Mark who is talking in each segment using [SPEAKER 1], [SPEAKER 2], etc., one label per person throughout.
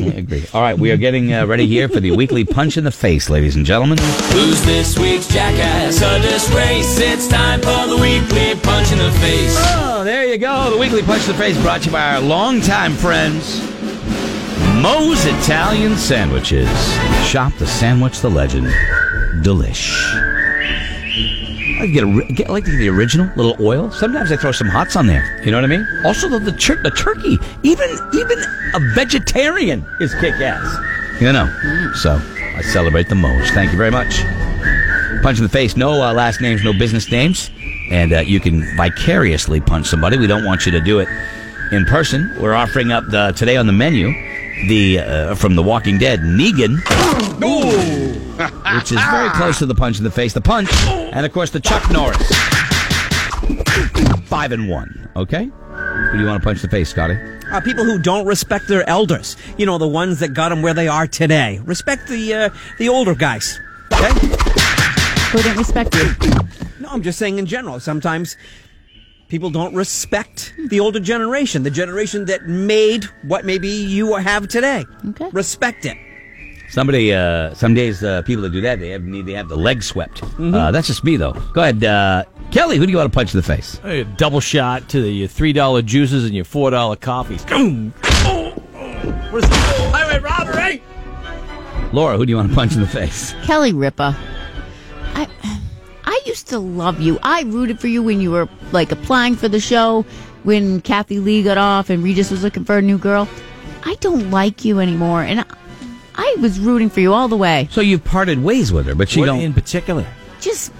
[SPEAKER 1] agree. All right, we are getting uh, ready here for the weekly punch in the face, ladies and gentlemen.
[SPEAKER 2] Who's this week's jackass of this race? It's time for the weekly punch in the face.
[SPEAKER 1] Oh, there you go. The weekly punch in the face brought to you by our longtime friends, Moe's Italian Sandwiches. Shop the sandwich, the legend, delish. I get, a, get I like to get the original little oil. Sometimes I throw some hots on there. You know what I mean? Also the the, chir- the turkey, even even a vegetarian is kick ass. You know. So I celebrate the most. Thank you very much. Punch in the face. No uh, last names. No business names. And uh, you can vicariously punch somebody. We don't want you to do it in person. We're offering up the, today on the menu the uh, from The Walking Dead Negan which is very close to the punch in the face, the punch, and of course the Chuck Norris. Five and one. Okay. Who do you want to punch in the face, Scotty?
[SPEAKER 3] Uh, people who don't respect their elders. You know, the ones that got them where they are today. Respect the uh, the older guys.
[SPEAKER 1] Okay.
[SPEAKER 4] Who didn't respect you?
[SPEAKER 3] No, I'm just saying in general. Sometimes people don't respect the older generation, the generation that made what maybe you have today.
[SPEAKER 4] Okay.
[SPEAKER 3] Respect it.
[SPEAKER 1] Somebody. Uh, some days uh, people that do that they have need they have the leg swept. Uh, that's just me though. Go ahead, uh, Kelly. Who do you want to punch in the face?
[SPEAKER 5] A double shot to the uh, three dollar juices and your four dollar coffees. Boom. What is that? Highway robbery.
[SPEAKER 1] Laura. Who do you want to punch in the face?
[SPEAKER 4] Kelly Ripa. I I used to love you. I rooted for you when you were like applying for the show, when Kathy Lee got off and Regis was looking for a new girl. I don't like you anymore, and I, I was rooting for you all the way.
[SPEAKER 1] So you've parted ways with her, but you
[SPEAKER 5] what
[SPEAKER 1] don't.
[SPEAKER 5] in particular?
[SPEAKER 4] Just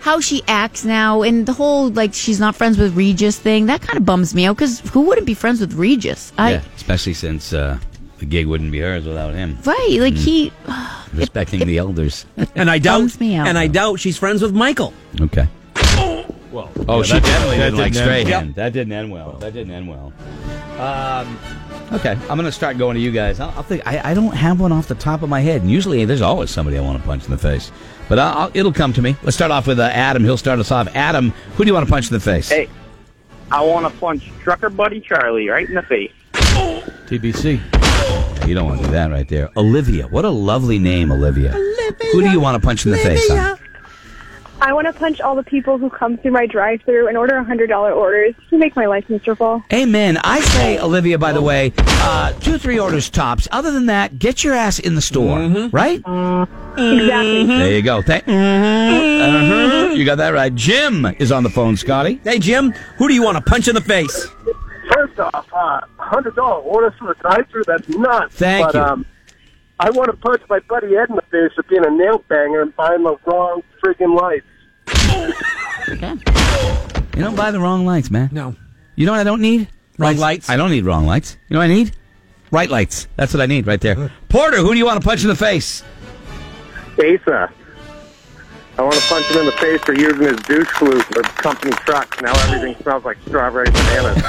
[SPEAKER 4] how she acts now, and the whole like she's not friends with Regis thing. That kind of bums me out because who wouldn't be friends with Regis? I
[SPEAKER 1] yeah, especially since uh, the gig wouldn't be hers without him.
[SPEAKER 4] right, like he. oh,
[SPEAKER 1] Respecting the elders.
[SPEAKER 3] And I
[SPEAKER 4] Bums
[SPEAKER 3] doubt.
[SPEAKER 4] me out.
[SPEAKER 3] And I doubt she's friends with Michael.
[SPEAKER 1] Okay.
[SPEAKER 5] Well,
[SPEAKER 1] Oh, she definitely
[SPEAKER 5] that
[SPEAKER 1] didn't like
[SPEAKER 5] didn't end-
[SPEAKER 1] Strahan. That didn't end well. That didn't end well. Um, okay, I'm going to start going to you guys. I'll, I'll think. I, I don't have one off the top of my head. And usually, there's always somebody I want to punch in the face, but I'll, I'll, it'll come to me. Let's start off with uh, Adam. He'll start us off. Adam, who do you want to punch in the face?
[SPEAKER 6] Hey, I want to punch trucker buddy Charlie right in the face.
[SPEAKER 5] TBC.
[SPEAKER 1] You don't want to do that right there. Olivia. What a lovely name, Olivia. Who do you want to punch in the face? huh?
[SPEAKER 7] I want to punch all the people who come through my drive-through and order $100 orders to make my life miserable.
[SPEAKER 1] Amen. I say, Olivia, by the way, uh, two, three orders tops. Other than that, get your ass in the store,
[SPEAKER 3] Mm-hmm.
[SPEAKER 1] right?
[SPEAKER 7] Exactly.
[SPEAKER 1] There you go. Thank.
[SPEAKER 3] Mm-hmm.
[SPEAKER 1] Uh-huh. You got that right. Jim is on the phone, Scotty.
[SPEAKER 3] Hey, Jim, who do you want to punch in the face?
[SPEAKER 8] First off, uh, hundred dollar orders from the drive-through. That's nuts.
[SPEAKER 1] Thank
[SPEAKER 8] but,
[SPEAKER 1] you.
[SPEAKER 8] Um, I want to punch my buddy Ed in the face for being a nail banger and buying the wrong friggin' lights.
[SPEAKER 1] You don't buy the wrong lights, man.
[SPEAKER 3] No.
[SPEAKER 1] You know what I don't need?
[SPEAKER 3] Wrong
[SPEAKER 1] Lights.
[SPEAKER 3] lights?
[SPEAKER 1] I don't need wrong lights. You know what I need? Right lights. That's what I need right there. Porter, who do you want to punch in the face?
[SPEAKER 8] Asa. I want to punch him in the face for using his douche flute for company trucks. Now everything smells like strawberry bananas.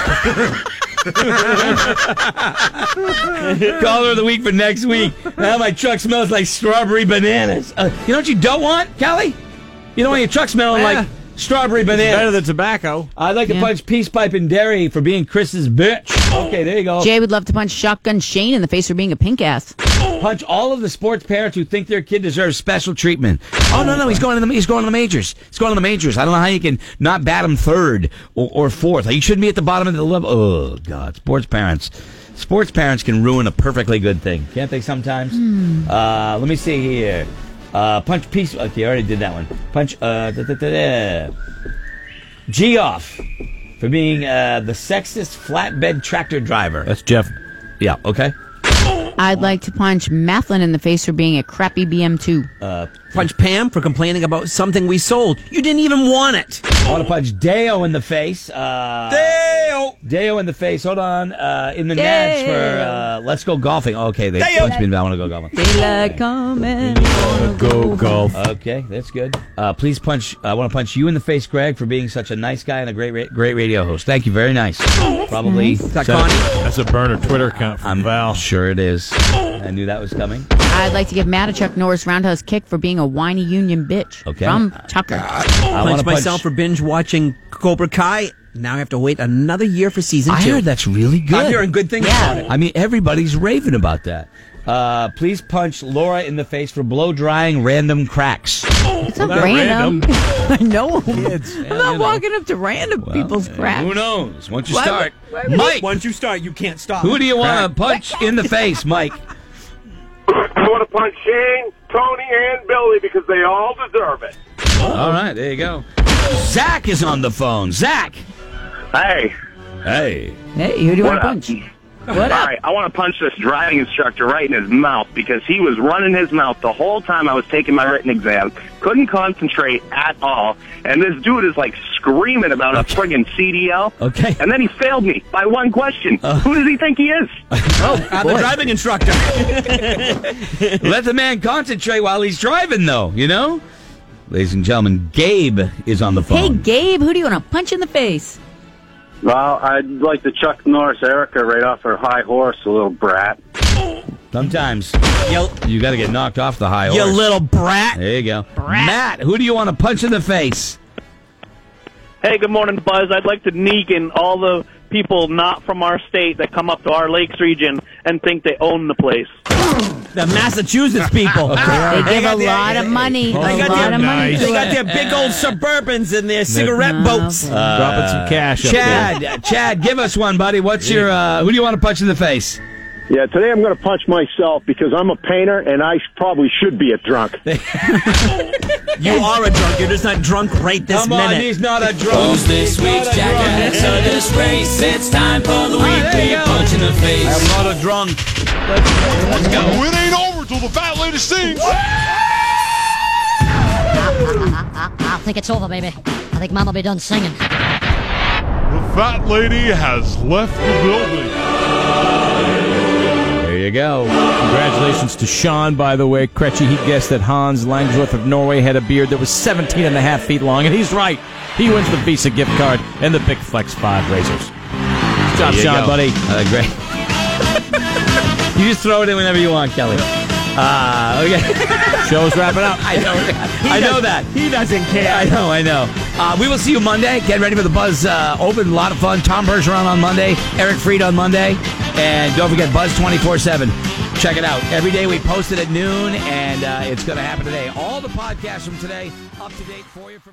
[SPEAKER 1] Caller of the week for next week. Now my truck smells like strawberry bananas. Uh, you know what you don't want, Kelly? You don't want your truck smelling
[SPEAKER 5] Yeah.
[SPEAKER 1] like strawberry
[SPEAKER 5] Better
[SPEAKER 1] bananas.
[SPEAKER 5] than tobacco.
[SPEAKER 1] I'd like to
[SPEAKER 4] Yeah.
[SPEAKER 1] punch Peace Pipe and Dairy for being Chris's bitch. Okay, there you go.
[SPEAKER 4] Jay would love to punch Shotgun Shane in the face for being a pink ass.
[SPEAKER 1] punch all of the sports parents who think their kid deserves special treatment. Oh no, no, he's going to the he's going to the majors. He's going to the majors. I don't know how you can not bat him third or, or fourth. Like, you shouldn't be at the bottom of the level. Oh God, sports parents. Sports parents can ruin a perfectly good thing, can't they? Sometimes. Uh, let me see here. Uh, punch piece. Okay, I already did that one. Punch. Uh, da, da, da, da. G off for being uh, the sexist flatbed tractor driver.
[SPEAKER 5] That's Jeff.
[SPEAKER 1] Yeah. Okay.
[SPEAKER 4] I'd like to punch Mathlin in the face for being a crappy BM2.
[SPEAKER 3] Punch Pam for complaining about something we sold. You didn't even want it.
[SPEAKER 1] I want to punch Deo in the face. Uh,
[SPEAKER 3] Dale.
[SPEAKER 1] Deo in the face. Hold on. Uh, in the nads for uh, let's go golfing. Okay, they
[SPEAKER 3] Deo.
[SPEAKER 1] punched me. in the back. I want to go golfing.
[SPEAKER 4] Daylight coming.
[SPEAKER 5] Go golf.
[SPEAKER 1] Okay, that's good. Uh, please punch. I want to punch you in the face, Greg, for being such a nice guy and a great, ra- great radio host. Thank you. Very nice.
[SPEAKER 3] Oh,
[SPEAKER 1] Probably.
[SPEAKER 3] Got Connie.
[SPEAKER 5] That's a burner Twitter account from
[SPEAKER 1] I'm
[SPEAKER 5] Val.
[SPEAKER 1] sure it is. I knew that was coming.
[SPEAKER 4] I'd like to give Matt a Chuck Norris roundhouse kick for being a whiny union bitch.
[SPEAKER 1] Okay.
[SPEAKER 4] From Tucker.
[SPEAKER 1] I want
[SPEAKER 3] punch
[SPEAKER 1] to
[SPEAKER 3] myself for binge watching Cobra Kai Now I have to wait another year for season
[SPEAKER 1] I
[SPEAKER 3] two.
[SPEAKER 1] heard that's really good.
[SPEAKER 3] I'm hearing good things about it.
[SPEAKER 1] I mean, everybody's raving about that. Uh, please punch Laura in the face for blow drying random cracks.
[SPEAKER 4] It's not random. I know. I'm
[SPEAKER 1] well,
[SPEAKER 4] not
[SPEAKER 1] you know.
[SPEAKER 4] walking up to random people's
[SPEAKER 1] Well,
[SPEAKER 4] crap.
[SPEAKER 1] Who knows? Once you
[SPEAKER 4] Why would-
[SPEAKER 1] start,
[SPEAKER 4] why would-
[SPEAKER 1] Mike.
[SPEAKER 3] Once you start, you can't stop.
[SPEAKER 1] Who do you want to punch in the face, Mike?
[SPEAKER 8] I want to punch Shane, Tony, and Billy because they all deserve it.
[SPEAKER 1] All right, there you go. Zach is on the phone. Zach.
[SPEAKER 6] Hey.
[SPEAKER 1] Hey.
[SPEAKER 4] Hey, who do you want to
[SPEAKER 6] What up?
[SPEAKER 4] punch? What
[SPEAKER 6] All
[SPEAKER 4] up?
[SPEAKER 6] right, I want to punch this driving instructor right in his mouth because he was running his mouth the whole time I was taking my written exam. Couldn't concentrate at all. And this dude is like screaming about a friggin' CDL.
[SPEAKER 1] Okay.
[SPEAKER 6] And then he failed me by one question.
[SPEAKER 4] Uh.
[SPEAKER 6] Who does he think he is?
[SPEAKER 1] Uh,
[SPEAKER 3] I'm the driving instructor.
[SPEAKER 1] Let the man concentrate while he's driving, though. You know. Ladies and gentlemen, Gabe is on the phone.
[SPEAKER 4] Hey, Gabe, who do you want to punch in the face?
[SPEAKER 8] Well, I'd like to Chuck Norris Erica right off her high horse, a little brat.
[SPEAKER 1] Sometimes
[SPEAKER 3] you,
[SPEAKER 1] you got to get knocked off the high
[SPEAKER 3] you
[SPEAKER 1] horse.
[SPEAKER 3] little brat.
[SPEAKER 1] There you go. Matt, who do you want to punch in the face?
[SPEAKER 9] Hey, good morning, Buzz. I'd like to Negan all the people not from our state that come up to our lakes region and think they own the place.
[SPEAKER 3] The Massachusetts people.
[SPEAKER 4] They give a
[SPEAKER 3] got the-
[SPEAKER 4] lot of money.
[SPEAKER 3] They
[SPEAKER 4] A
[SPEAKER 3] got
[SPEAKER 4] lot
[SPEAKER 3] their,
[SPEAKER 4] of money.
[SPEAKER 3] they
[SPEAKER 4] to it.
[SPEAKER 3] got their big old Suburbans and their cigarette
[SPEAKER 4] No.
[SPEAKER 3] boats.
[SPEAKER 5] Dropping some cash up there.
[SPEAKER 1] Chad, uh, Chad, give us one, buddy. What's your? Uh, who do you want to punch in the face?
[SPEAKER 8] Yeah, today I'm going to punch myself because I'm a painter and I probably should be a drunk.
[SPEAKER 3] You are a drunk. You're just not drunk right this
[SPEAKER 1] Come on,
[SPEAKER 3] minute.
[SPEAKER 1] he's not a drunk.
[SPEAKER 2] Who's this week's jackass of this race? It's time for the weekly
[SPEAKER 1] you go.
[SPEAKER 2] punch in the face.
[SPEAKER 1] I'm not a drunk.
[SPEAKER 10] It ain't over till the fat lady sings.
[SPEAKER 11] I think it's over, baby. I think Mom will be done singing.
[SPEAKER 10] The fat lady has left the building.
[SPEAKER 1] There you go.
[SPEAKER 5] Congratulations to Sean, by the way. Kretchy, he guessed that Hans Langsworth of Norway had a beard that was 17 and a half feet long, and he's right. He wins the Visa gift card and the Big Flex 5 razors. Good job,
[SPEAKER 1] There you
[SPEAKER 5] Sean,
[SPEAKER 1] go.
[SPEAKER 5] buddy.
[SPEAKER 1] Uh, great. you just throw it in whenever you want, Kelly. Uh, okay.
[SPEAKER 5] Show's wrapping up.
[SPEAKER 1] I know. I know that.
[SPEAKER 3] He doesn't care.
[SPEAKER 1] I know, I know. Uh, we will see you Monday. Get ready for the Buzz uh, Open. A lot of fun. Tom Bergeron on Monday, Eric Fried on Monday, and don't forget Buzz 24 7. Check it out. Every day we post it at noon, and uh, it's going to happen today. All the podcasts from today up to date for you for